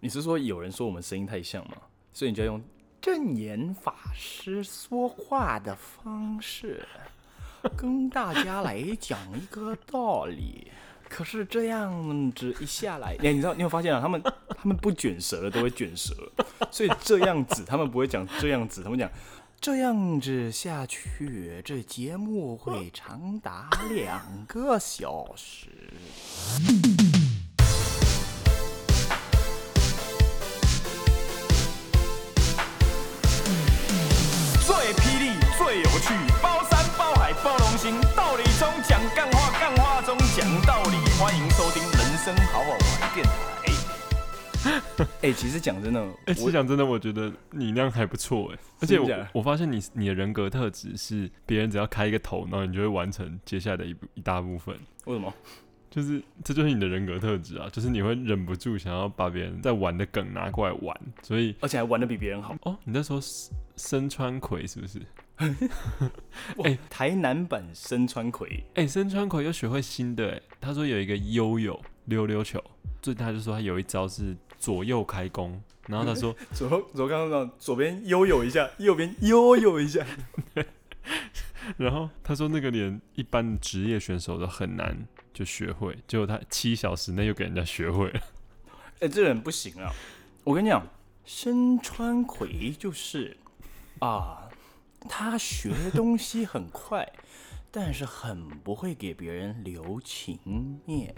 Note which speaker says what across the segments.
Speaker 1: 你是说有人说我们声音太像吗？所以你就要用正言法师说话的方式，跟大家来讲一个道理。可是这样子一下来，哎、你知道，你有发现啊？他们他们不卷舌的都会卷舌，所以这样子他们不会讲这样子，他们讲这样子下去，这节目会长达两个小时。
Speaker 2: 最霹雳、最有趣，包山包海包容心，道理中讲干话，干话中讲道理。欢迎收听《人生好好玩》电台。
Speaker 1: 哎、其实讲真的，
Speaker 3: 哎、
Speaker 1: 我
Speaker 3: 其实讲真的，我觉得你那样还不错哎、而且
Speaker 1: 真假
Speaker 3: 我我发现你你的人格特质是别人只要开一个头，然后你就会完成接下来的一部一大部分，
Speaker 1: 为什么？
Speaker 3: 就是这就是你的人格特质啊，就是你会忍不住想要把别人在玩的梗拿过来玩，所以
Speaker 1: 而且还玩的比别人好。
Speaker 3: 哦，你在说深深川葵是不是？
Speaker 1: 哇，
Speaker 3: 哎
Speaker 1: 台南版深川葵，
Speaker 3: 哎、深川葵又学会新的哎、他说有一个悠悠溜溜球，最大就说他有一招是左右开弓，
Speaker 1: 嗯
Speaker 3: 然后他说
Speaker 1: 左左刚刚那种左边悠悠一下，右边悠悠一下，
Speaker 3: 然后他说那个连一般职业选手都很难就学会，结果他七小时内又给人家学会了。
Speaker 1: 哎、这人不行啊！我跟你讲，深川葵就是啊，他学东西很快，但是很不会给别人留情面。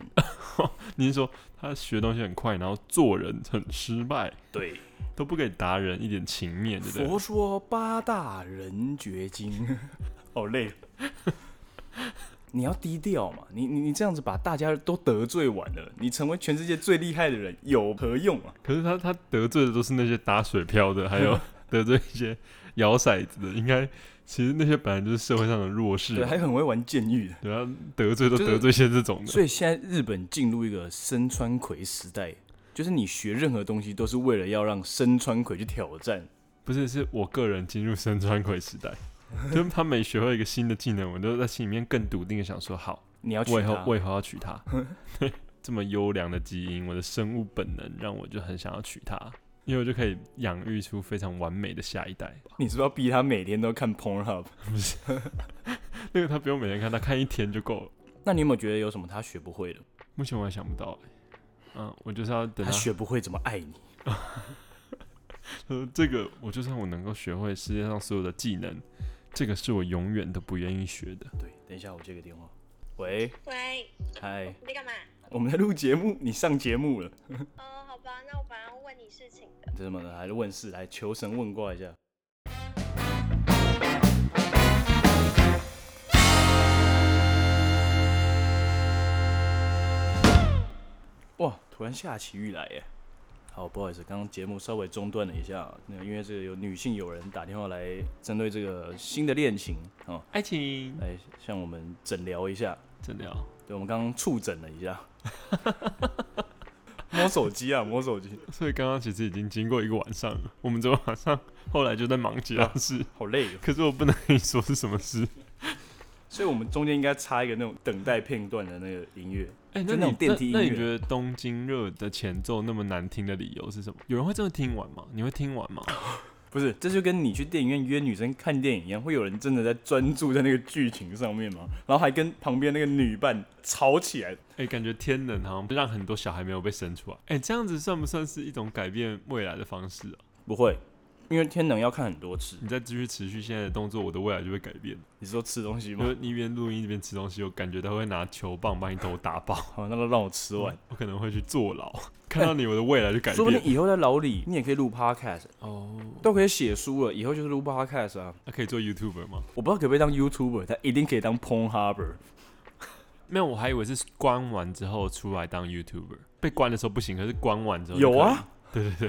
Speaker 3: 你是说他学东西很快，然后做人很失败，
Speaker 1: 对，
Speaker 3: 都不给达人一点情面，对不对？
Speaker 1: 佛说八大人觉 经，好累。 你要低调嘛，你你你这样子把大家都得罪完了，你成为全世界最厉害的人有何用啊？
Speaker 3: 可是他他得罪的都是那些打水漂的，还有得罪一些摇骰子的，应该其实那些本来就是社会上的弱势
Speaker 1: 对，
Speaker 3: 嘛。
Speaker 1: 还很会玩剑狱的。
Speaker 3: 对啊，得罪都
Speaker 1: 就是
Speaker 3: 得罪一些这种的，
Speaker 1: 所以现在日本进入一个深川葵时代，就是你学任何东西都是为了要让深川葵去挑战。
Speaker 3: 不是是我个人进入深川 葵时代，就是他每学会一个新的技能，我都在心里面更笃定的想说，好，
Speaker 1: 你要去
Speaker 3: 我以后
Speaker 1: 它
Speaker 3: 我以后要娶她。对这么优良的基因，我的生物本能让我就很想要娶她，因为我就可以养育出非常完美的下一代。
Speaker 1: 你是不是要逼他每天都看 Pornhub？
Speaker 3: 那个他不用每天看，他看一天就够了。
Speaker 1: 那你有没有觉得有什么他学不会的？
Speaker 3: 目前我还想不到、欸，嗯，我就是要等
Speaker 1: 他
Speaker 3: 他
Speaker 1: 学不会怎么爱你？
Speaker 3: 呃，这个我就算我能够学会世界上所有的技能，这个是我永远都不愿意学的。
Speaker 1: 对，等一下我接个电话。喂，
Speaker 4: 喂，
Speaker 1: 嗨，
Speaker 4: 你在干嘛？
Speaker 1: 我们在录节目，你上节目了，
Speaker 4: 哦，好吧，那我本来要问你事情的。
Speaker 1: 怎么的？还是问事，来求神问卦一下。哇，突然下起雨来耶！好，不好意思，刚刚节目稍微中断了一下，啊那因为这个有女性友人打电话来针对这个新的恋情啊、哦
Speaker 3: 爱情
Speaker 1: 来向我们诊疗一下。
Speaker 3: 真的哦
Speaker 1: 对，我们刚刚触诊了一下， 摸手机啊，摸手机，
Speaker 3: 所以刚刚其实已经经过一个晚上了，我们昨天晚上后来就在忙其他事，
Speaker 1: 好累哦。
Speaker 3: 可是我不能跟你说是什么事。
Speaker 1: 所以我们中间应该插一个那种等待片段的那个音乐。
Speaker 3: 哎、
Speaker 1: 就
Speaker 3: 那
Speaker 1: 那
Speaker 3: 你
Speaker 1: 种电梯
Speaker 3: 那那
Speaker 1: 音
Speaker 3: 你
Speaker 1: 乐
Speaker 3: 觉得《东京热》的前奏那么难听的理由是什么？有人会真的听完吗？你会听完吗？
Speaker 1: 不是，这就跟你去电影院约女生看电影一样，会有人真的在专注在那个剧情上面吗？然后还跟旁边那个女伴吵起来。
Speaker 3: 哎、感觉天冷好像让很多小孩没有被生出来。哎、这样子算不算是一种改变未来的方式啊？
Speaker 1: 不会，因为天能要看很多次。
Speaker 3: 你再继续持续现在的动作，我的未来就会改变。
Speaker 1: 你说吃东西
Speaker 3: 因
Speaker 1: 吗？
Speaker 3: 为你一边录音一边吃东西，我感觉他会拿球棒把你头打 爆。
Speaker 1: 好，那就让我吃完。
Speaker 3: 我可能会去坐牢，看到你我的未来就
Speaker 1: 嗯
Speaker 3: 改
Speaker 1: 哎说不定
Speaker 3: 变。
Speaker 1: 以后在牢里，你也可以录 podcast，
Speaker 3: 哦，
Speaker 1: 都可以写书了。以后就是录 podcast 啊。
Speaker 3: 那可以做 YouTuber 吗？
Speaker 1: 我不知道可不可以当 YouTuber，但一定可以当 Porn Harbor。
Speaker 3: 没有，我还以为是关完之后出来当 YouTuber。被关的时候不行，可是关完之后就
Speaker 1: 有啊，
Speaker 3: 可以。对对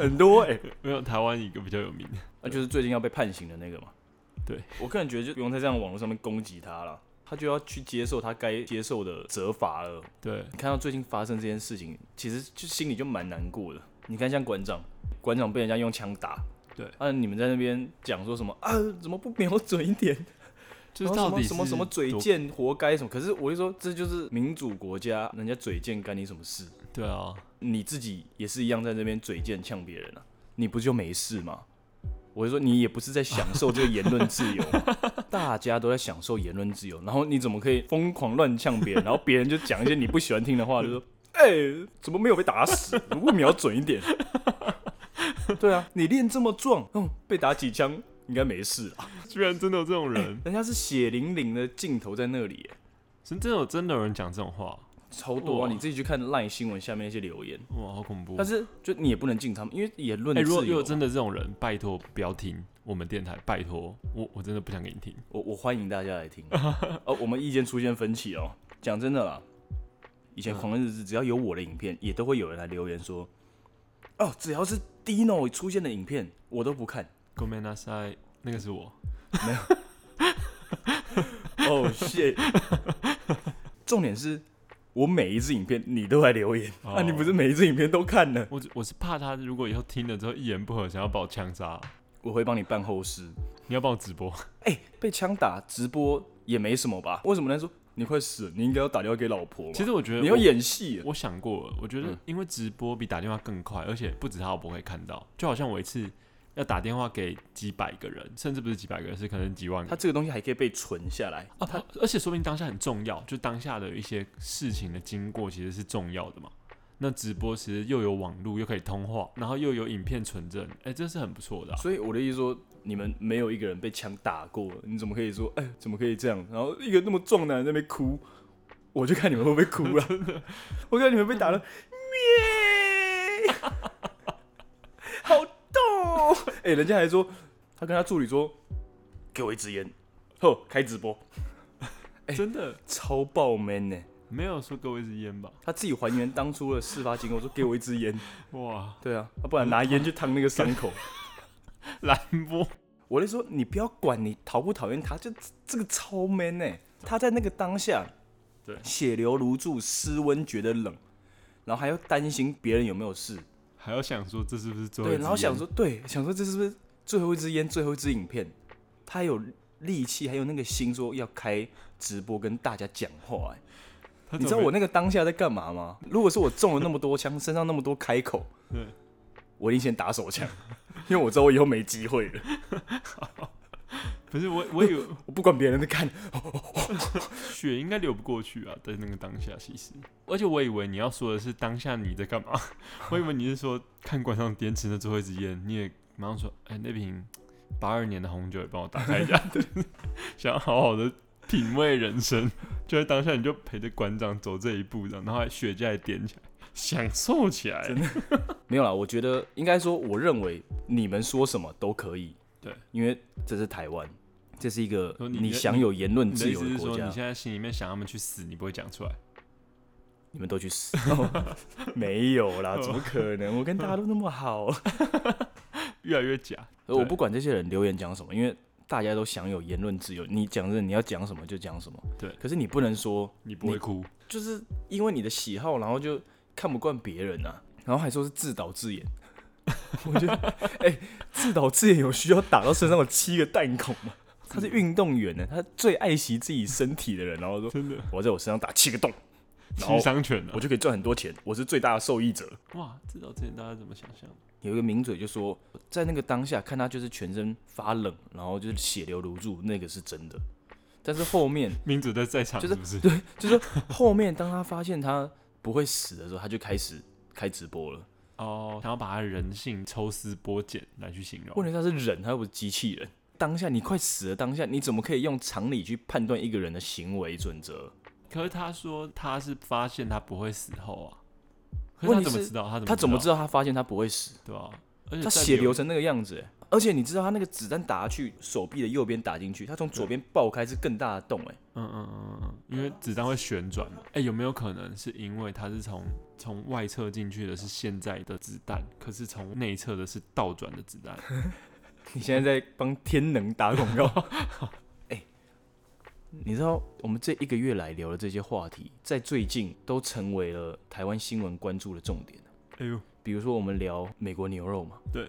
Speaker 1: 很多哎、
Speaker 3: 没有台湾一个比较有名的，
Speaker 1: 那、就是最近要被判刑的那个嘛。
Speaker 3: 对，
Speaker 1: 我个人觉得就不用在这样网络上面攻击他了，他就要去接受他该接受的责罚了。
Speaker 3: 对，
Speaker 1: 你看到最近发生这件事情，其实就心里就蛮难过的。你看像馆长，馆长被人家用枪打，
Speaker 3: 对
Speaker 1: 啊，你们在那边讲说什么啊，怎么不瞄准一点？
Speaker 3: 就是
Speaker 1: 然后
Speaker 3: 到底
Speaker 1: 什么什么什么
Speaker 3: 是
Speaker 1: 嘴
Speaker 3: 多，
Speaker 1: 贱活该什么？可是我就说这就是民主国家，人家嘴贱干你什么事？
Speaker 3: 对啊，
Speaker 1: 你自己也是一样在那边嘴贱呛别人啊，你不就没事吗？我就说你也不是在享受这个言论自由 嘛，大家都在享受言论自由，然后你怎么可以疯狂乱呛别人？然后别人就讲一些你不喜欢听的话，就说：“ 哎、怎么没有被打死？如果瞄准一 点。”对啊，你练这么壮，嗯，被打几枪应该没事啊。
Speaker 3: 居然真的有这种 人，
Speaker 1: 人家是血淋淋的镜头在那里耶，
Speaker 3: 真真的有真的有人讲这种话，
Speaker 1: 超多啊！
Speaker 3: 哇
Speaker 1: 你自己去看烂新闻下面那些留言，
Speaker 3: 哇，好恐怖。
Speaker 1: 但是就你也不能进他们，因为言论
Speaker 3: 哎、
Speaker 1: 自由啊
Speaker 3: 如
Speaker 1: 嘛。
Speaker 3: 果如果真的这种人，拜托不要听我们电台，拜托，我我真的不想给你听。
Speaker 1: 我我欢迎大家来听。 哦，我们意见出现分歧哦。讲真的啦，以
Speaker 3: 嗯
Speaker 1: 前狂人日志只要有我的影片，也都会有人来留言说，哦，只要是 Dino 出现的影片，我都不看。
Speaker 3: g o m e n a s a 那个是我，
Speaker 1: 哦，谢。 重点是我每一支影片你都来留言，那、
Speaker 3: 哦
Speaker 1: 你不是每一支影片都看呢？
Speaker 3: 我只我是怕他如果以后听了之后一言不合想要把我枪杀，
Speaker 1: 我会帮你办后事。
Speaker 3: 你要帮我直播，
Speaker 1: 哎、被枪打直播也没什么吧？为什么呢？说你快死了，你应该要打电话给老婆嘛。
Speaker 3: 其实我觉得
Speaker 1: 你要
Speaker 3: 我
Speaker 1: 演嗯戏啊，
Speaker 3: 我想过了，我觉得因为直播比打电话更快，而且不止他我不会看到，就好像我一次要打电话给几百个人，甚至不是几百个人，是可能几万个
Speaker 1: 他。这个东西还可以被存下来。
Speaker 3: 啊，他而且说明当下很重要，就当下的一些事情的经过其实是重要的嘛。那直播其实又有网络，又可以通话，然后又有影片存证，哎、这是很不错的、啊。
Speaker 1: 所以我的意思说，你们没有一个人被枪打过，你怎么可以说，哎、怎么可以这样？然后一个那么壮的男人在那边哭，我就看你们会不会哭了、 我看你们被打了，咩，好痛、哦！哎、人家还说，他跟他助理说，给我一支烟，吼，开直播，
Speaker 3: 真的
Speaker 1: 超爆 man 呢、
Speaker 3: 没有说各位是烟吧？
Speaker 1: 他自己还原当初的事发经过，说给我一支烟。
Speaker 3: 哇，
Speaker 1: 对啊，啊不然拿烟去烫那个伤口。
Speaker 3: 蓝波
Speaker 1: 我就说你不要管你讨不讨厌他，就这个超 man 呢、他在那个当下，
Speaker 3: 对
Speaker 1: 血流如注，室温觉得冷，然后还要担心别人有没有事，
Speaker 3: 还要想说这是不是最后一
Speaker 1: 对，
Speaker 3: 支
Speaker 1: 然后想
Speaker 3: 烟
Speaker 1: 说，对，想说这是不是最后一支烟，最后一支影片？他有力气，还有那个心说要开直播跟大家讲话、欸。
Speaker 3: 他
Speaker 1: 你知
Speaker 3: 怎
Speaker 1: 道
Speaker 3: 么
Speaker 1: 我那个当下在干嘛吗？如果是我中了那么多枪，身上那么多开口，
Speaker 3: 对
Speaker 1: 我一定先打手枪， 因为我知道我以后没机会了。
Speaker 3: 不是我我以为
Speaker 1: 我不管别人的看，
Speaker 3: 血应该流不过去啊，在那个当下其实，而且我以为你要说的是当下你在干嘛， 我以为你是说看馆上电池的最后一支烟，你也马上说，哎、那瓶八二年的红酒也帮我打开 一下， 想要好好的品味人生，就在当下你就陪着馆长走这一步，这样，然后还雪茄也点起来，享受起来，
Speaker 1: 没有啦，我觉得应该说，我认为你们说什么都可以，
Speaker 3: 对，
Speaker 1: 因为这是台湾，这是一个
Speaker 3: 说你
Speaker 1: 你享有言论
Speaker 3: 你的
Speaker 1: 自
Speaker 3: 意
Speaker 1: 由
Speaker 3: 思是
Speaker 1: 国
Speaker 3: 说
Speaker 1: 家，
Speaker 3: 你
Speaker 1: 你
Speaker 3: 现在心里面想他们去死，你不会讲出来？
Speaker 1: 们都去死，哦 没有啦，怎么可能？我跟大家都那么好，
Speaker 3: 越来越假，
Speaker 1: 我
Speaker 3: 对
Speaker 1: 不管这些人留言讲什么，因为大家都享有言论自由，你讲真的，你要讲什么就讲什么，
Speaker 3: 对
Speaker 1: 可是你不能说，
Speaker 3: 你不会
Speaker 1: 你
Speaker 3: 哭，
Speaker 1: 就是因为你的喜好，然后就看不惯别人啊，然后还说是自导自演。 我觉得，哎、自导自演有需要打到身上有七个弹孔吗？他是运动员呢，他最爱惜自己身体的人，然后说
Speaker 3: 真的啊
Speaker 1: 我要在我身上打七个洞，然
Speaker 3: 七
Speaker 1: 后
Speaker 3: 伤拳啊
Speaker 1: 我！就可以赚很多钱，我是最大的受益者。
Speaker 3: 哇，知道之前大家怎么想象？
Speaker 1: 有一个名嘴就说，在那个当下看他就是全身发冷，然后就是血流如注，那个是真的。但是后面
Speaker 3: 明主在在场
Speaker 1: 就是是
Speaker 3: 不是？
Speaker 1: 对，就是说后面当他发现他不会死的时候，他就开始开直播了。
Speaker 3: 哦，想要把他人性抽丝剥茧来去形
Speaker 1: 问
Speaker 3: 容。
Speaker 1: 题是他是人，他又不是机器人。当下你快死了，当下你怎么可以用常理去判断一个人的行为准则？
Speaker 3: 可是他说他是发现他不会死后啊，可是
Speaker 1: 问题
Speaker 3: 他怎么
Speaker 1: 是
Speaker 3: 知道？他怎么
Speaker 1: 他怎么知
Speaker 3: 道？
Speaker 1: 道他发现他不会死？
Speaker 3: 对啊，而且
Speaker 1: 他
Speaker 3: 在
Speaker 1: 血流成那个样子欸、而且你知道他那个子弹打下去，手臂的右边打进去，他从左边爆开是更大的 洞、欸，
Speaker 3: 嗯嗯嗯嗯，嗯，因为子弹会旋转嘛。哎、有没有可能是因为他是从从外侧进去的是现在的子弹，可是从内侧的是倒转 的子弹？
Speaker 1: 你现在在帮天能打广告？ 哎、你知道我们这一个月来聊的这些话题，在最近都成为了台湾新闻关注的重点。
Speaker 3: 哎呦，
Speaker 1: 比如说，我们聊美国牛肉嘛，
Speaker 3: 对，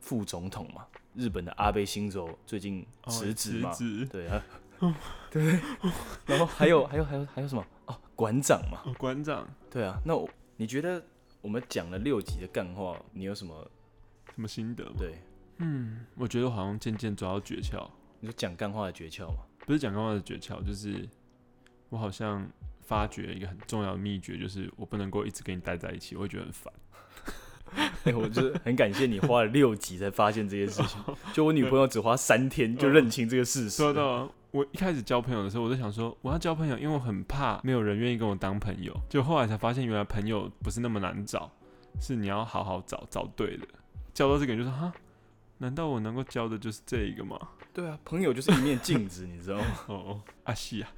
Speaker 1: 副总统嘛，日本的阿贝新州最近
Speaker 3: 哦
Speaker 1: 辞职嘛，
Speaker 3: 职
Speaker 1: 对啊， 对不对？然后还有还有还有还有什么？哦，馆长嘛，
Speaker 3: 哦，馆长，
Speaker 1: 对啊。那我你觉得我们讲了六集的干话，你有什么？
Speaker 3: 什么心得吗？
Speaker 1: 对，
Speaker 3: 嗯，我觉得我好像渐渐抓到诀窍，
Speaker 1: 你说讲干话的诀窍嘛？
Speaker 3: 不是讲干话的诀窍，就是我好像发觉一个很重要的秘诀，就是我不能够一直跟你待在一起，我会觉得很烦。
Speaker 1: 哎我就是很感谢你花了六集才发现这件事 情。就我女朋友只花三天就认清这个事实
Speaker 3: 说。到我一开始交朋友的时候，我就想说我要交朋友，因为我很怕没有人愿意跟我当朋友。就后来才发现，原来朋友不是那么难找，是你要好好找，找对的。交到这个人就说哈，难道我能够交的就是这一个吗？
Speaker 1: 对啊，朋友就是一面镜子，你知道吗？
Speaker 3: 哦，阿西啊，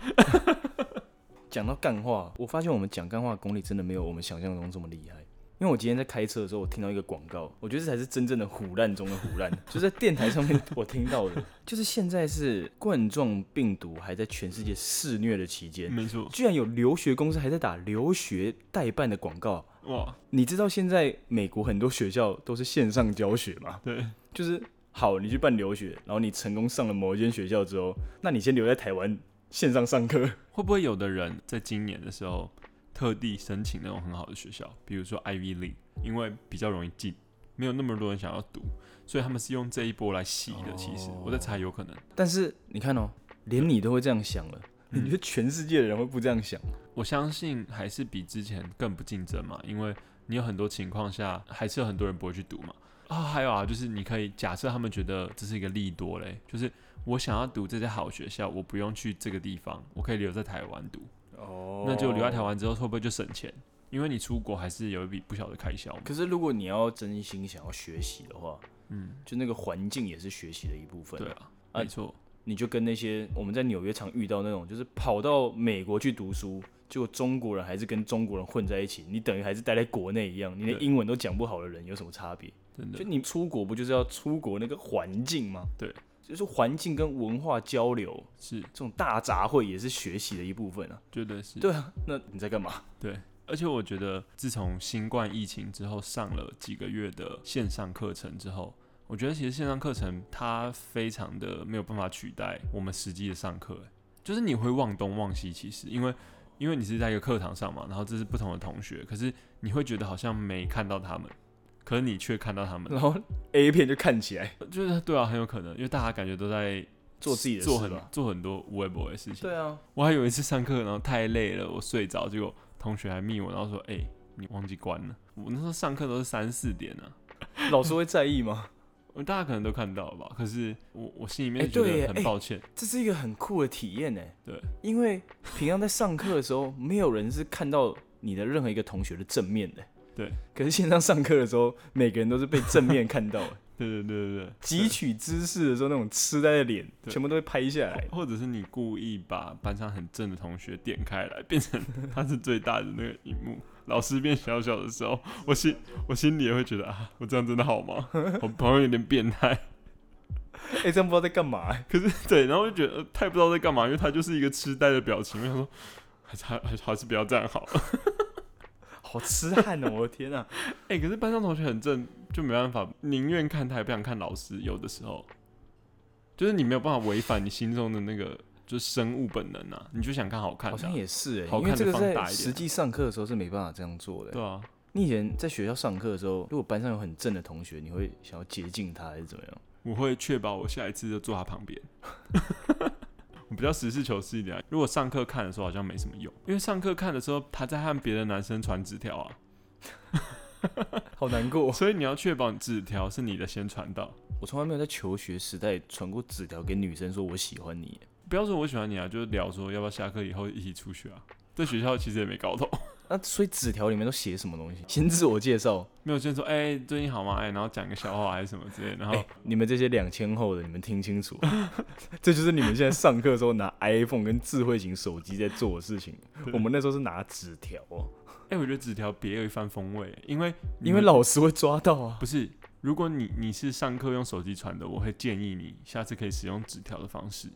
Speaker 1: 讲到干话，我发现我们讲干话的功力真的没有我们想象中这么厉害。因为我今天在开车的时候，我听到一个广告，我觉得这才是真正的虎烂中的虎烂， 就是在电台上面我听到的，就是现在是冠状病毒还在全世界肆虐的期间，
Speaker 3: 没错，
Speaker 1: 居然有留学公司还在打留学代办的广告。
Speaker 3: 哇，
Speaker 1: 你知道现在美国很多学校都是线上教学吗？
Speaker 3: 对，
Speaker 1: 就是好，你去办留学，然后你成功上了某一间学校之后，那你先留在台湾线上上课。
Speaker 3: 会不会有的人在今年的时候特地申请那种很好的学校，比如说 Ivy League，因为比较容易进，没有那么多人想要读，所以他们是用这一波来洗的。其实、我在猜，有可能。
Speaker 1: 但是你看哦，连你都会这样想了，你觉得全世界的人会不这样想？
Speaker 3: 我相信还是比之前更不竞争嘛，因为你有很多情况下还是有很多人不会去读嘛。啊、还有啊，就是你可以假设他们觉得这是一个利多嘞，就是我想要读这些好学校，我不用去这个地方，我可以留在台湾读。
Speaker 1: 哦
Speaker 3: 那就留在台。湾之后，会不会就省钱？因为你出国还是有一笔不小的开销嘛。
Speaker 1: 可是如果你要真心想要学习的话，
Speaker 3: 嗯，
Speaker 1: 就那个环境也是学习的一部分。
Speaker 3: 对，啊，
Speaker 1: 啊
Speaker 3: 没错，
Speaker 1: 你就跟那些我们在纽约常遇到那种，就是跑到美国去读书，结果中国人还是跟中国人混在一起，你等于还是待在国内一样，你连
Speaker 3: 对
Speaker 1: 英文都讲不好的人有什么差别？
Speaker 3: 真
Speaker 1: 就
Speaker 3: 的。
Speaker 1: 你出国不就是要出国那个环境吗？
Speaker 3: 对，
Speaker 1: 就是环境跟文化交流
Speaker 3: 是，
Speaker 1: 这种大杂烩也是学习的一部分啊。
Speaker 3: 绝对是。
Speaker 1: 对啊，那你在干嘛？
Speaker 3: 对，而且我觉得自从新冠疫情之后上了几个月的线上课程之后，我觉得其实线上课程它非常的没有办法取代我们实际的上课，欸就是你会忘东忘西，其实因为。因为你是在一个课堂上嘛，然后这是不同的同学，可是你会觉得好像没看到他们，可是你却看到他们，
Speaker 1: 然后 A 片就看起来
Speaker 3: 就是对啊，很有可能，因为大家感觉都在
Speaker 1: 做自己的
Speaker 3: 做
Speaker 1: 事
Speaker 3: 很
Speaker 1: 吧。
Speaker 3: 做很多无微博的事情。
Speaker 1: 对啊，
Speaker 3: 我还有一次上课，然后太累了，我睡着，结果同学还密我，然后说：“哎、你忘记关了。”我那时候上课都是三四点啊，
Speaker 1: 老师会在意吗？
Speaker 3: 我大家可能都看到了吧？可是我我心里面
Speaker 1: 哎
Speaker 3: 觉
Speaker 1: 对耶
Speaker 3: 得很
Speaker 1: 哎
Speaker 3: 抱歉，
Speaker 1: 这是一个很酷的体验呢、
Speaker 3: 对，
Speaker 1: 因为平常在上课的时候，没有人是看到你的任何一个同学的正面的、
Speaker 3: 对。
Speaker 1: 可是线上上课的时候，每个人都是被正面看到、 欸，
Speaker 3: 对对对对对，
Speaker 1: 汲取知识的时候那种痴呆的脸，
Speaker 3: 对
Speaker 1: 全部都会拍下来。
Speaker 3: 或者是你故意把班上很正的同学点开来，变成他是最大的那个荧幕，老师变小小的时候，我心我心里也会觉得啊，我这样真的好吗？我朋友有点变态。
Speaker 1: 哎、这样不知道在干嘛、欸
Speaker 3: 可是 对，然后我就觉得、呃、太不知道在干嘛，因为他就是一个痴呆的表情。我想说，还是还还还是不要这样好了。
Speaker 1: 好痴汉哦！我的天啊！
Speaker 3: 哎、可是班上同学很正，就没办法，宁愿看他也不想看老师。有的时候，就是你没有办法违反你心中的那个就是生物本能啊，你就想看 好看的
Speaker 1: 好
Speaker 3: 啊、
Speaker 1: 像也是哎、
Speaker 3: 好
Speaker 1: 因为
Speaker 3: 看
Speaker 1: 这
Speaker 3: 的
Speaker 1: 个
Speaker 3: 放大一点啊
Speaker 1: 在实际上课的时候是没办法这样做的欸、
Speaker 3: 对啊，
Speaker 1: 你以前在学校上课的时候，如果班上有很正的同学，你会想要接近他还是怎么样？
Speaker 3: 我会确保我下一次就坐他旁边。 我比较实事求是一点、啊，如果上课看的时候好像没什么用，因为上课看的时候他在和别的男生传纸条啊，
Speaker 1: 好难过。
Speaker 3: 所以你要确保纸条是你的先传到。
Speaker 1: 我从来没有在求学时代传过纸条给女生说我喜欢你欸。
Speaker 3: 不要说我喜欢你啊，就是聊说要不要下课以后一起出去啊。在学校其实也没搞头，
Speaker 1: 那所以纸条里面都写什么东西？先自我介绍。
Speaker 3: 没有先说哎、最近好吗？哎、然后讲个笑话还是什么之类的，然后、
Speaker 1: 哎、你们这些两千后的，你们听清楚， 这就是你们现在上课的时候拿 iPhone 跟智慧型手机在做的事情。我们那时候是拿纸条哦，
Speaker 3: 哎、我觉得纸条别有一番风味，因为你
Speaker 1: 因为
Speaker 3: 们
Speaker 1: 老师会抓到啊。
Speaker 3: 不是，如果你你是上课用手机传的，我会建议你下次可以使用纸条的方式，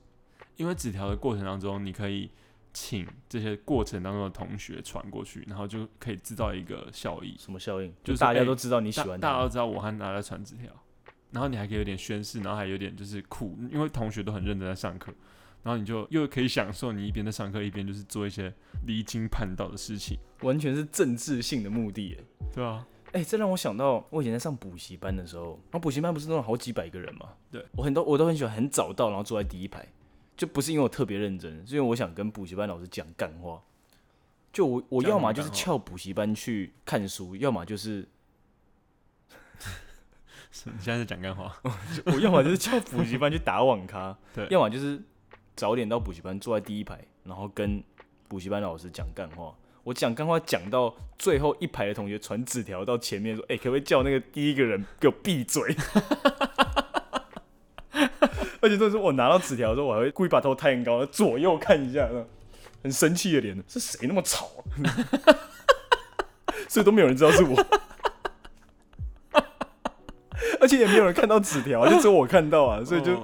Speaker 3: 因为纸条的过程当中，你可以请这些过程当中的同学传过去，然后就可以制造一个效益，
Speaker 1: 什么效应？
Speaker 3: 就是
Speaker 1: 大家
Speaker 3: 哎
Speaker 1: 都知道你喜
Speaker 3: 大
Speaker 1: 欢
Speaker 3: 大家
Speaker 1: 他
Speaker 3: 都。知道我和大家传纸条，然后你还可以有点宣誓，然后还有点就是酷，因为同学都很认真在上课，然后你就又可以享受你一边在上课，一边就是做一些离经叛道的事情，
Speaker 1: 完全是政治性的目的耶。
Speaker 3: 对啊，
Speaker 1: 哎、这让我想到我以前在上补习班的时候，然后补习班不是那种好几百个人嘛？
Speaker 3: 对，
Speaker 1: 我很多我都很喜欢很早到，然后坐在第一排，就不是因为我特别认真，是因为我想跟补习班老师讲干话。就我我
Speaker 3: 讲
Speaker 1: 要
Speaker 3: 什么
Speaker 1: 么就是
Speaker 3: 干话
Speaker 1: 翘补习班去看书，要么就是
Speaker 3: 是你现在在讲干话，
Speaker 1: 我要么就是翘补习班去打网咖，
Speaker 3: 对哦
Speaker 1: 要么就是早点到补习班坐在第一排，然后跟补习班老师讲干话。我讲干话讲到最后一排的同学传纸条到前面说：“哎、可不可以叫那个第一个人给我闭嘴？”而且那时候我拿到纸条的时候，我还会故意把头抬很高，左右看一下，这样很生气的脸，是谁那么吵、 啊？所以都没有人知道是我。 而且也没有人看到纸条啊，就只有我看到啊，所以就
Speaker 3: 哦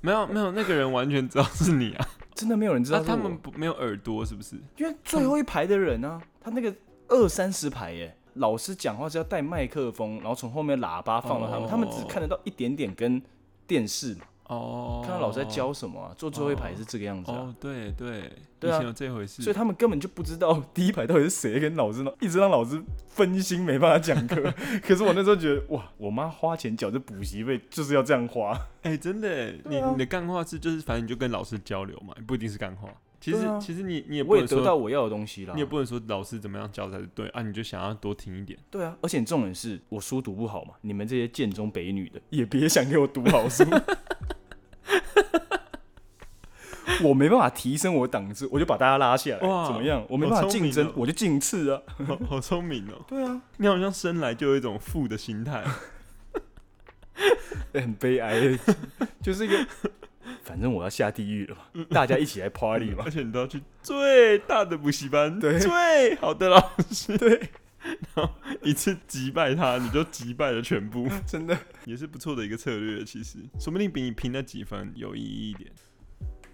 Speaker 3: 没有没有那个人完全知道是你啊，
Speaker 1: 真的没有 人知道
Speaker 3: 那
Speaker 1: 是
Speaker 3: 他
Speaker 1: 我。
Speaker 3: 们不没有耳朵是不是？
Speaker 1: 因为最后一排的人啊，他那个二三十排耶，老师讲话是要带麦克风，然后从后面喇叭放到他们，
Speaker 3: 哦
Speaker 1: 他们只看得到一点点跟电视嘛，
Speaker 3: 哦，
Speaker 1: 看到老师在教什么啊，坐最后一排是这个样子啊。
Speaker 3: 哦，对对，
Speaker 1: 对啊
Speaker 3: 以前有这回事，
Speaker 1: 所以他们根本就不知道第一排到底是谁跟老师闹，一直让老师分心，没办法讲课。 可是我那时候觉得，哇，我妈花钱缴这补习费就是要这样花。
Speaker 3: 哎、真的耶，你
Speaker 1: 对啊
Speaker 3: 你的干话是就是反正你就跟老师交流嘛，不一定是干话。其实、
Speaker 1: 对啊
Speaker 3: 其实你你也不
Speaker 1: 我也
Speaker 3: 能
Speaker 1: 得
Speaker 3: 说
Speaker 1: 到我要的东西啦。
Speaker 3: 你也不能说老师怎么样教才是对啊，你就想要多听一 点。
Speaker 1: 对啊，而且重点是我书读不好嘛，你们这些建中北女的也别想给我读好 书。我没办法提升我档次，我就把大家拉下来，
Speaker 3: 哇
Speaker 1: 怎么样？我没办法竞争
Speaker 3: 好聪明哦，
Speaker 1: 我就竞次啊。
Speaker 3: 好好聪明哦，
Speaker 1: 对啊，
Speaker 3: 你好像生来就有一种富的 心态。
Speaker 1: 欸 很悲哀，就是一个， 反正我要下地狱了嘛，大家一起来 party 嘛
Speaker 3: 而。且你都要去最大的补习班，
Speaker 1: 对
Speaker 3: 最好的老师， 对，然后一次击败他，你就击败了全部，
Speaker 1: 真的，
Speaker 3: 也是不错的一个策略。其实，说不定比你拼那几分有意义一点。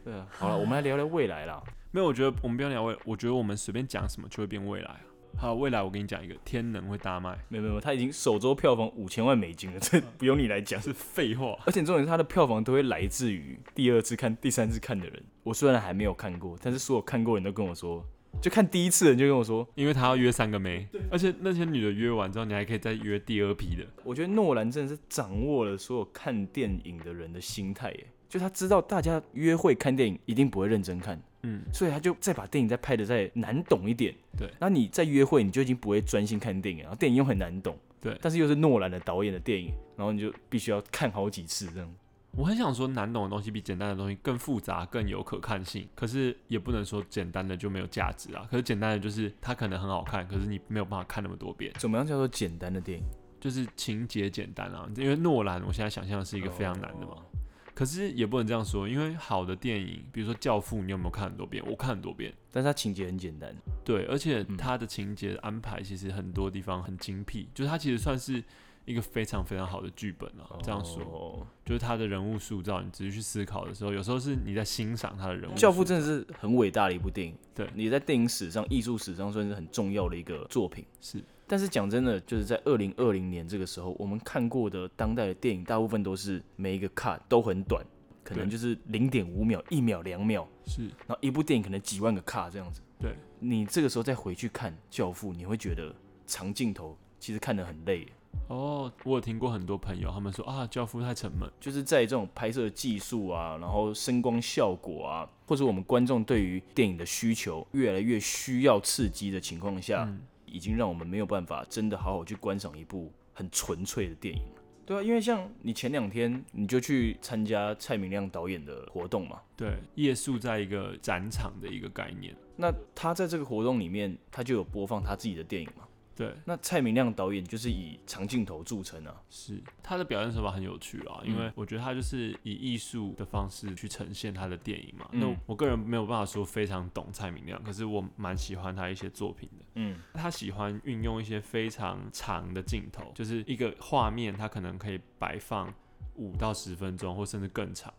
Speaker 1: 对啊。好了，我们来聊聊未来啦。
Speaker 3: 没有，我觉得我们不要聊未，我觉得我们随便讲什么就会变未来啊。好，未来我跟你讲一个，天能会大卖，
Speaker 1: 没有没有，他已经首周票房五千万美金了，这不用你来讲。
Speaker 3: 是废话。
Speaker 1: 而且重点是它的票房都会来自于第二次看、第三次看的人。我虽然还没有看过，但是所有看过的人都跟我说，就看第一次的人就跟我说，
Speaker 3: 因为他要约三个妹，而且那些女的约完之后，你还可以再约第二批的。
Speaker 1: 我觉得诺兰真的是掌握了所有看电影的人的心态，耶，就他知道大家约会看电影一定不会认真看，
Speaker 3: 嗯，
Speaker 1: 所以他就再把电影再拍的再难懂一点。
Speaker 3: 对
Speaker 1: 那你在约会，你就已经不会专心看电影，然后电影又很难懂。
Speaker 3: 对
Speaker 1: 但是又是诺兰的导演的电影，然后你就必须要看好几次这样。
Speaker 3: 我很想说难懂的东西比简单的东西更复杂、更有可看性，可是也不能说简单的就没有价值啊。可是简单的就是它可能很好看，可是你没有办法看那么多遍，
Speaker 1: 怎么样叫做简单的电影？
Speaker 3: 就是情节简单啊。因为诺兰，我现在想象的是一个非常难的
Speaker 1: 哦
Speaker 3: 嘛。可是也不能这样说，因为好的电影，比如说《教父》，你有没有看很多遍？我看很多遍。
Speaker 1: 但是它情节很简单。
Speaker 3: 对，而且
Speaker 1: 嗯
Speaker 3: 它的情节安排其实很多地方很精辟，就是它其实算是一个非常非常好的剧本啊。这样说，
Speaker 1: 哦
Speaker 3: 就是他的人物塑造，你仔细去思考的时候，有时候是你在欣赏他的人
Speaker 1: 《
Speaker 3: 物塑造。
Speaker 1: 教父》真的是很伟大的一部电影，
Speaker 3: 对
Speaker 1: 你在电影史上、艺术史上算是很重要的一个作品。
Speaker 3: 是
Speaker 1: 但是讲真的，就是在二零二零年这个时候，我们看过的当代的电影，大部分都是每一个 cut 都很短，可能
Speaker 3: 对
Speaker 1: 就是零点五秒、一秒、两秒，
Speaker 3: 是，
Speaker 1: 然后一部电影可能几万个 cut 这样子。
Speaker 3: 对，
Speaker 1: 你这个时候再回去看《教父》，你会觉得长镜头其实看得很累，
Speaker 3: 哦，我有听过很多朋友他们说啊，教父太沉闷，
Speaker 1: 就是在这种拍摄技术啊，然后声光效果啊，或者我们观众对于电影的需求越来越需要刺激的情况下，
Speaker 3: 嗯
Speaker 1: 已经让我们没有办法真的好好去观赏一部很纯粹的电影。对啊，因为像你前两天你就去参加蔡明亮导演的活动嘛，
Speaker 3: 对，夜宿在一个展场的一个概念，
Speaker 1: 那他在这个活动里面，他就有播放他自己的电影嘛。
Speaker 3: 对，
Speaker 1: 那蔡明亮导演就是以长镜头著称啊，
Speaker 3: 是他的表现手法很有趣啊，因为我觉得他就是以艺术的方式去呈现他的电影嘛。那
Speaker 1: 嗯
Speaker 3: 我个人没有办法说非常懂蔡明亮，可是我蛮喜欢他一些作品的。
Speaker 1: 嗯，
Speaker 3: 他喜欢运用一些非常长的镜头，就是一个画面，他可能可以摆放五到十分钟，或甚至更长。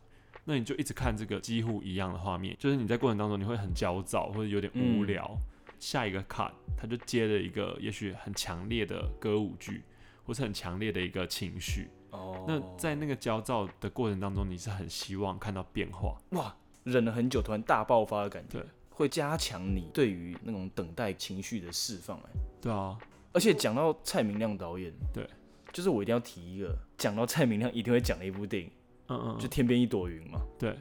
Speaker 3: 那你就一直看这个几乎一样的画面，就是你在过程当中你会很焦躁，或者有点无
Speaker 1: 嗯
Speaker 3: 聊。下一个 cut，他就接了一个也许很强烈的歌舞剧，或是很强烈的一个情绪。
Speaker 1: 哦
Speaker 3: 那在那个焦躁的过程当中，你是很希望看到变化。
Speaker 1: 哇，忍了很久，突然大爆发的感觉
Speaker 3: 对，
Speaker 1: 会加强你对于那种等待情绪的释放、哎，
Speaker 3: 对啊，
Speaker 1: 而且讲到蔡明亮导演，
Speaker 3: 对，
Speaker 1: 就是我一定要提一个，讲到蔡明亮一定会讲的一部电影，
Speaker 3: 嗯嗯，
Speaker 1: 就《天边一朵云》嘛。
Speaker 3: 对，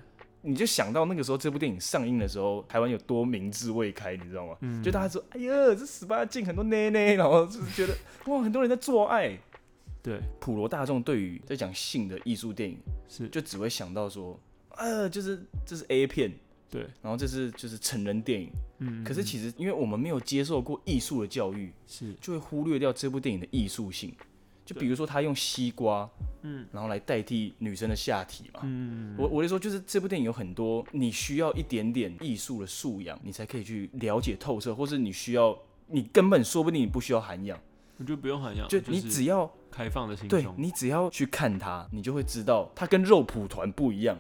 Speaker 1: 你就想到那个时候这部电影上映的时候，台湾有多明智未开，你知道吗？
Speaker 3: 嗯
Speaker 1: 就大家说，哎呀，这十八禁很多奶奶，然后就是觉得哇，很多人在做爱。
Speaker 3: 对，
Speaker 1: 普罗大众对于在讲性的艺术电影，
Speaker 3: 是，
Speaker 1: 就只会想到说，呃，就是这是 A 片，
Speaker 3: 对，
Speaker 1: 然后这是就是成人电影。
Speaker 3: 嗯，
Speaker 1: 可是其实因为我们没有接受过艺术的教育，
Speaker 3: 是，
Speaker 1: 就会忽略掉这部电影的艺术性。就比如说他用西瓜，
Speaker 3: 嗯，
Speaker 1: 然后来代替女生的下体嘛。
Speaker 3: 嗯，
Speaker 1: 我我的说就是这部电影有很多你需要一点点艺术的素养，你才可以去了解透彻，或是你需要你根本说不定你不需要涵养，
Speaker 3: 我觉得不用涵养，
Speaker 1: 就是你只要
Speaker 3: 开放的心
Speaker 1: 对
Speaker 3: 胸，
Speaker 1: 你只要去看它，你就会知道它跟肉蒲团不一样。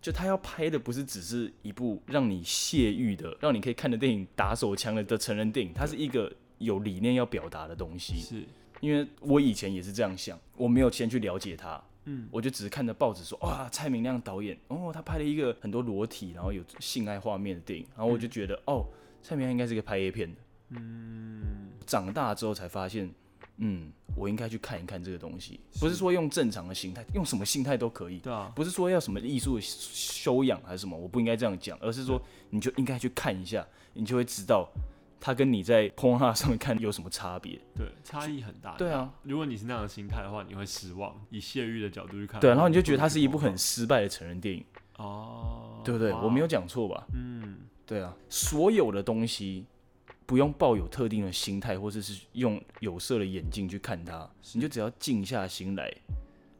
Speaker 1: 就他要拍的不是只是一部让你泄欲的、让你可以看的电影、打手枪的的成人电影，它是一个有理念要表达的东西。
Speaker 3: 是，
Speaker 1: 因为我以前也是这样想，我没有先去了解他，
Speaker 3: 嗯，
Speaker 1: 我就只是看着报纸说，哇，蔡明亮导演，哦，他拍了一个很多裸体，然后有性爱画面的电影，然后我就觉得，哦，蔡明亮应该是个拍 A 片的。
Speaker 3: 嗯，
Speaker 1: 长大之后才发现，嗯，我应该去看一看这个东西，不是说用正常的心态，用什么心态都可以，
Speaker 3: 对啊，
Speaker 1: 不是说要什么艺术修养还是什么，我不应该这样讲，而是说你就应该去看一下，你就会知道他跟你在 p o n h u 上面看有什么差别。
Speaker 3: 对，差异很大。
Speaker 1: 对啊，
Speaker 3: 如果你是那样的心态的话，你会失望。以泄欲的角度去看，哦
Speaker 1: 对啊，然后你就觉得它是一部
Speaker 3: 会
Speaker 1: 很失败的成人电影，
Speaker 3: 哦，
Speaker 1: 对不对？
Speaker 3: 哇
Speaker 1: 我没有，讲错吧？
Speaker 3: 嗯，
Speaker 1: 对啊，所有的东西不用抱有特定的心态，或者是用有色的眼镜去看它，你就只要静下心来，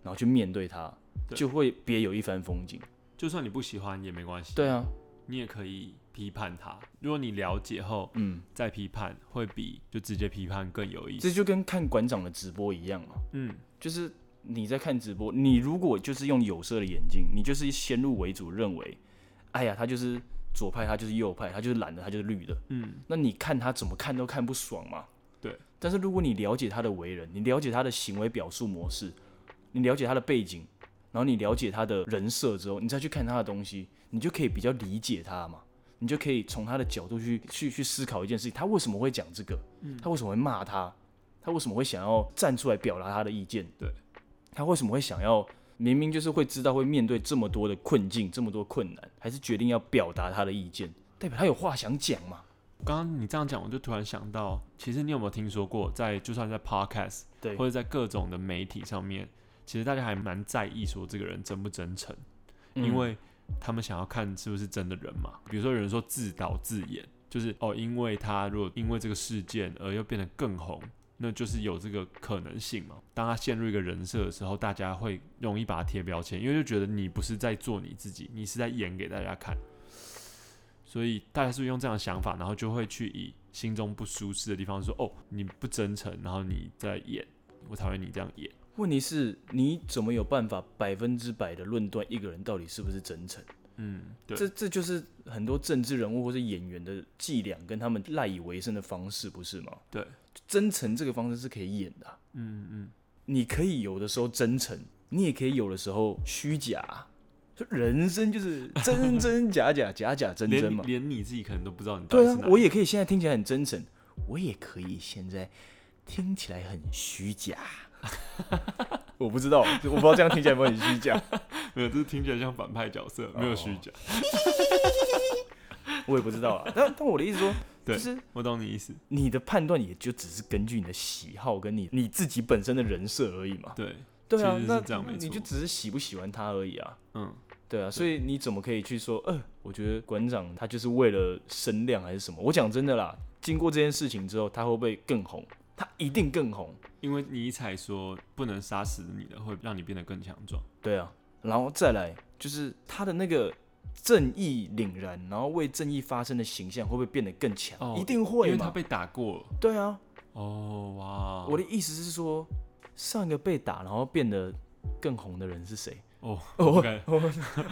Speaker 1: 然后去面对它，
Speaker 3: 对
Speaker 1: 就会别有一番风景。
Speaker 3: 就算你不喜欢也没关系，
Speaker 1: 对啊，
Speaker 3: 你也可以批判它。如果你了解后
Speaker 1: 嗯，
Speaker 3: 再批判，会比就直接批判更有意思。
Speaker 1: 这就跟看馆长的直播一样嘛，
Speaker 3: 嗯，
Speaker 1: 就是你在看直播，你如果就是用有色的眼镜，你就是先入为主认为，哎呀，他就是左派，他就是右派，他就是蓝的，他就是绿的，
Speaker 3: 嗯，
Speaker 1: 那你看他怎么看都看不爽嘛。
Speaker 3: 对。
Speaker 1: 但是如果你了解他的为人，你了解他的行为表述模式，你了解他的背景，然后你了解他的人设之后，你再去看他的东西，你就可以比较理解他嘛。你就可以从他的角度去去去思考一件事情，他为什么会讲这个？他为什么会骂他？他为什么会想要站出来表达他的意见？
Speaker 3: 对。
Speaker 1: 他为什么会想要？明明就是会知道会面对这么多的困境，这么多困难，还是决定要表达他的意见，代表他有话想讲嘛？
Speaker 3: 刚刚你这样讲，我就突然想到，其实你有没有听说过，在就算在 podcast
Speaker 1: 对
Speaker 3: 或者在各种的媒体上面，其实大家还蛮在意说这个人真不真诚，
Speaker 1: 嗯
Speaker 3: 因为他们想要看是不是真的人嘛。比如说有人说自导自演，就是哦，因为他如果因为这个事件而又变得更红，那就是有这个可能性嘛。当他陷入一个人设的时候，大家会容易把他贴标签，因为就觉得你不是在做你自己，你是在演给大家看。所以大家是用这样的想法，然后就会去以心中不舒适的地方说：“哦，你不真诚，然后你在演，我讨厌你这样演。
Speaker 1: 问题是，你怎么有办法百分之百的论断一个人到底是不是真诚？”
Speaker 3: 嗯，对，
Speaker 1: 这这就是很多政治人物或是演员的伎俩，跟他们赖以为生的方式，不是吗？
Speaker 3: 对，
Speaker 1: 真诚这个方式是可以演的啊、
Speaker 3: 嗯嗯，
Speaker 1: 你可以有的时候真诚，你也可以有的时候虚假啊。就人生就是真真假假，假假真真
Speaker 3: 连
Speaker 1: 嘛。
Speaker 3: 连你自己可能都不知道你到底
Speaker 1: 对
Speaker 3: 是
Speaker 1: 啊
Speaker 3: 哪，
Speaker 1: 我也可以现在听起来很真诚，我也可以现在听起来很虚假。 我不知道，我不知道这样听起来有没有很虚假，
Speaker 3: 没有，这是听起来像反派角色，没有虚假。
Speaker 1: 我也不知道啊。但但我的意思说，
Speaker 3: 对
Speaker 1: 就是
Speaker 3: 我懂你意思，
Speaker 1: 你的判断也就只是根据你的喜好跟你你自己本身的人设而已嘛。
Speaker 3: 对，
Speaker 1: 对啊
Speaker 3: 其，实
Speaker 1: 那
Speaker 3: 是这样
Speaker 1: 那
Speaker 3: 没
Speaker 1: 你
Speaker 3: 错
Speaker 1: 就只是喜不喜欢他而已啊。
Speaker 3: 嗯，
Speaker 1: 对啊，所以你怎么可以去说，呃，我觉得馆长他就是为了声量还是什么？我讲真的啦，经过这件事情之后，他会不会更红？他一定更红。
Speaker 3: 因为尼采说不能杀死你的，会让你变得更强壮。
Speaker 1: 对啊，然后再来就是他的那个正义凛然，然后为正义发声的形象会不会变得更强？
Speaker 3: 哦
Speaker 1: 一定
Speaker 3: 因
Speaker 1: 会
Speaker 3: 为他
Speaker 1: 嘛。
Speaker 3: 被打过了。
Speaker 1: 对啊，
Speaker 3: 哦哇，
Speaker 1: 我的意思是说，上一个被打然后变得更红的人是谁？
Speaker 3: 哦，
Speaker 1: 哦
Speaker 3: 我 感
Speaker 1: 哦，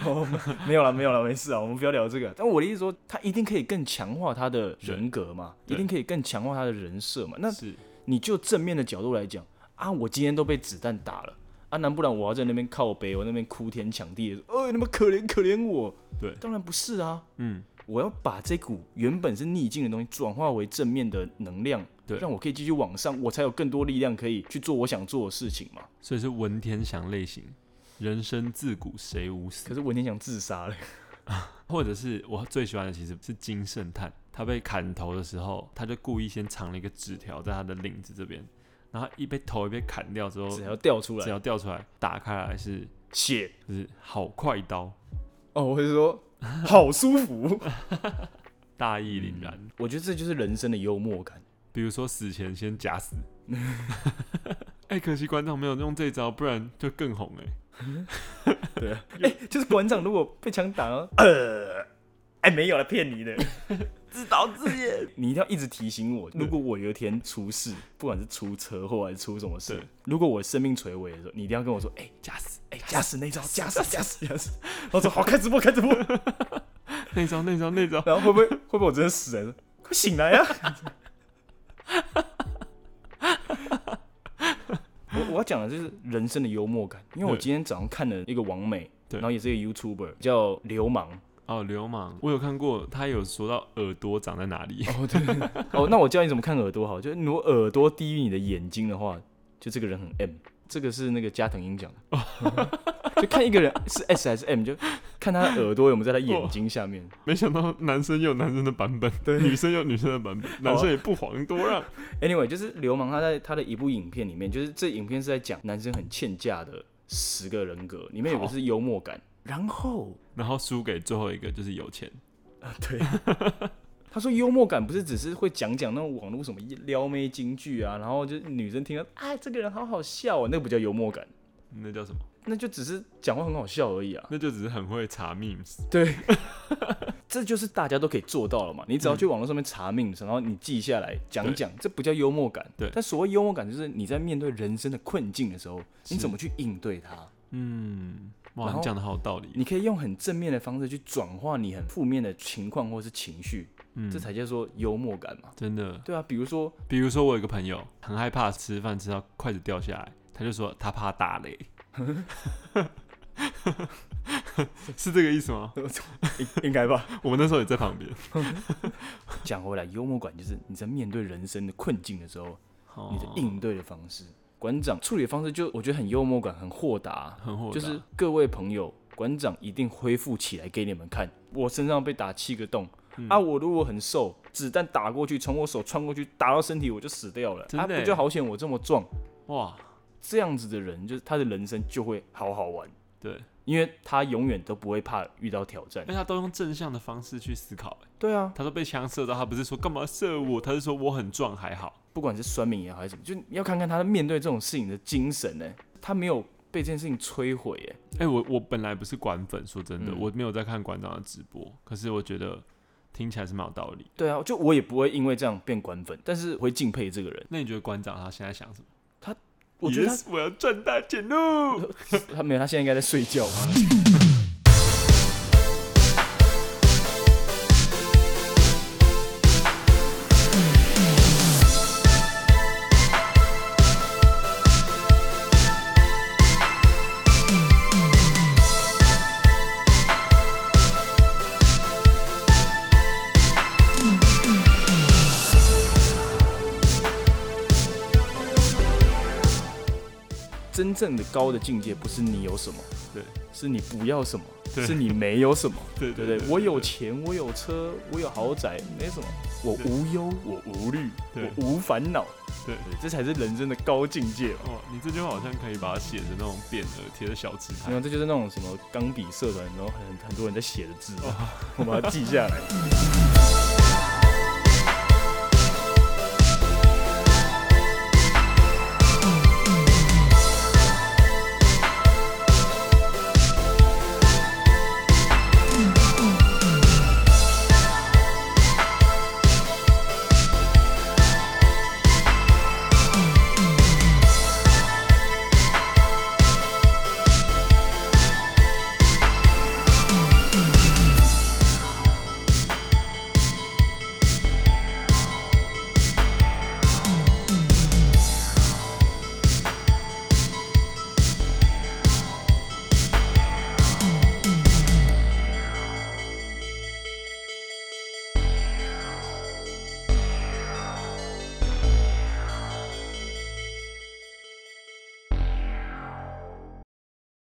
Speaker 1: 哦没有了，没有了，没事啊，我们不要聊这个。但我的意思说，他一定可以更强化他的人格嘛，
Speaker 3: 对
Speaker 1: 一定可以更强化他的人设嘛。那
Speaker 3: 是
Speaker 1: 你就正面的角度来讲啊，我今天都被子弹打了啊，难不然我要在那边靠北，我那边哭天抢地的说，哎、你们可怜可怜我。
Speaker 3: 对
Speaker 1: 当然不是啊，
Speaker 3: 嗯，
Speaker 1: 我要把这股原本是逆境的东西转化为正面的能量，
Speaker 3: 对
Speaker 1: 让我可以继续往上，我才有更多力量可以去做我想做的事情嘛。
Speaker 3: 所以是文天祥类型，人生自古谁无死
Speaker 1: 可。是文天祥自杀了，
Speaker 3: 或者是我最喜欢的其实是金圣叹，他被砍头的时候，他就故意先藏了一个纸条在他的领子这边，然后一被头一被砍掉之后，
Speaker 1: 只要掉出
Speaker 3: 只
Speaker 1: 来
Speaker 3: 要掉出来，打开来是
Speaker 1: 血
Speaker 3: 就是好快刀，
Speaker 1: 哦，我会说好舒服。
Speaker 3: 大义凛然。
Speaker 1: 我觉得这就是人生的幽默感。
Speaker 3: 比如说死前先 假死， 哎、可惜馆长没有用这招，不然就更红 哎、
Speaker 1: 对啊，哎、就是馆长如果被枪打了， 呃，哎、没有了，骗你的， 自导自演。嗯你一定要一直提醒我，如果我有一天出事，不管是出车祸还是出什么事
Speaker 3: 对，
Speaker 1: 如果我生命垂危的时候，你一定要跟我说，哎、
Speaker 3: 假死
Speaker 1: 哎，假死那招，假死，假死， 假死。然后说好，开直播，开直播。
Speaker 3: 那招那招那招，
Speaker 1: 然后会不会会不会我真的死了？快醒来呀、啊！ 我我要讲的就是人生的幽默感，因为我
Speaker 3: 对
Speaker 1: 今天早上看了一个网美，
Speaker 3: 对
Speaker 1: 然后也是一个 YouTuber 叫流氓。
Speaker 3: 哦，流氓，我有看过，他有说到耳朵长在哪里，
Speaker 1: 哦，对，哦，那我教你怎么看耳朵好，就是如果耳朵低于你的眼睛的话，就这个人很 M。这个是那个加藤鹰讲的， 就看一个人是 S 还是 M，就看他的耳朵有没有在他眼睛下面。
Speaker 3: 没想到男生有男生的版 本，对，女生有女生的版
Speaker 1: 哦
Speaker 3: 本，男生也不遑多让。
Speaker 1: Anyway，就是流氓他在他的一部影片里面，就是这影片是在讲男生很欠架的十个人格，里面有个是幽默感。然后
Speaker 3: 然后输给最后一个就是有钱，
Speaker 1: 啊，对， 他说幽默感不是只是会讲讲那种网络什么撩妹金句啊，然后就是女生听了，哎，这个人好好笑哦，那不叫幽默感，
Speaker 3: 那叫什么？
Speaker 1: 那就只是讲话很好笑而已啊。
Speaker 3: 那就只是很会查 memes。
Speaker 1: 对， 这就是大家都可以做到了嘛。你只要去网络上面查命，然后你记下来讲讲，这不叫幽默感。
Speaker 3: 对
Speaker 1: 但所谓幽默感，就是你在面对人生的困境的时候，你怎么去应对它？
Speaker 3: 嗯，
Speaker 1: 然
Speaker 3: 哇，
Speaker 1: 后
Speaker 3: 你讲的好有道理。
Speaker 1: 你可以用很正面的方式去转化你很负面的情况或是情绪，
Speaker 3: 嗯，
Speaker 1: 这才叫做幽默感嘛。
Speaker 3: 真的。
Speaker 1: 对啊，比如说，
Speaker 3: 比如说，我有一个朋友很害怕吃饭吃到筷子掉下来，他就说他怕打 雷。是这个意思吗？
Speaker 1: 应应该吧。
Speaker 3: 我们那时候也在旁边。
Speaker 1: 讲回来，幽默感就是你在面对人生的困境的时候，你
Speaker 3: 哦
Speaker 1: 的应对的方式。馆长处理的方式就我觉得很幽默感，很豁达，啊
Speaker 3: 很豁达
Speaker 1: 就是各位朋友，馆长一定恢复起来给你们看。我身上被打七个洞、
Speaker 3: 嗯
Speaker 1: 啊，我如果很瘦，子弹打过去，从我手穿过去，打到身体我就死掉了。
Speaker 3: 真
Speaker 1: 啊，
Speaker 3: 的欸
Speaker 1: 不
Speaker 3: 耶
Speaker 1: 就好险我这么壮？
Speaker 3: 哇，
Speaker 1: 这样子的人，就是他的人生就会好好玩，
Speaker 3: 对，
Speaker 1: 因为他永远都不会怕遇到挑战
Speaker 3: 因。为他都用正向的方式去思考。欸
Speaker 1: 对啊，
Speaker 3: 他说被枪射到，他不是说干嘛射我，他是说我很壮还好。
Speaker 1: 不管是酸民也好还是什么，就你要看看他面对这种事情的精神呢、他没有被这件事情摧毁欸耶、
Speaker 3: 哎、我我本来不是馆粉，说真的，
Speaker 1: 嗯
Speaker 3: 我没有在看馆长的直播，可是我觉得听起来是蛮有道理。
Speaker 1: 对啊，就我也不会因为这样变官粉，但是会敬佩这个人。
Speaker 3: 那你觉得馆长他现在想什么？
Speaker 1: 我觉得
Speaker 3: Yes，我要赚大 钱喽！
Speaker 1: 他,、他没有，他现在应该在睡觉吧。真正的高的境界不是你有什么，
Speaker 3: 对，
Speaker 1: 是你不要什么，
Speaker 3: 对
Speaker 1: 是你没有什么，
Speaker 3: 对
Speaker 1: 对
Speaker 3: 对
Speaker 1: 不
Speaker 3: 对
Speaker 1: 对？我有钱，我有车，我有豪宅，没什么，我无忧，我无虑，
Speaker 3: 对
Speaker 1: 我无烦恼，
Speaker 3: 对
Speaker 1: 对，这才是人生的高境界嘛。
Speaker 3: 哦，你这句话好像可以把它写成那种匾额贴在小吃
Speaker 1: 没有，
Speaker 3: 摊。
Speaker 1: 这就是那种什哦么钢笔社团，然后很很多人在写的字，我把它记下来。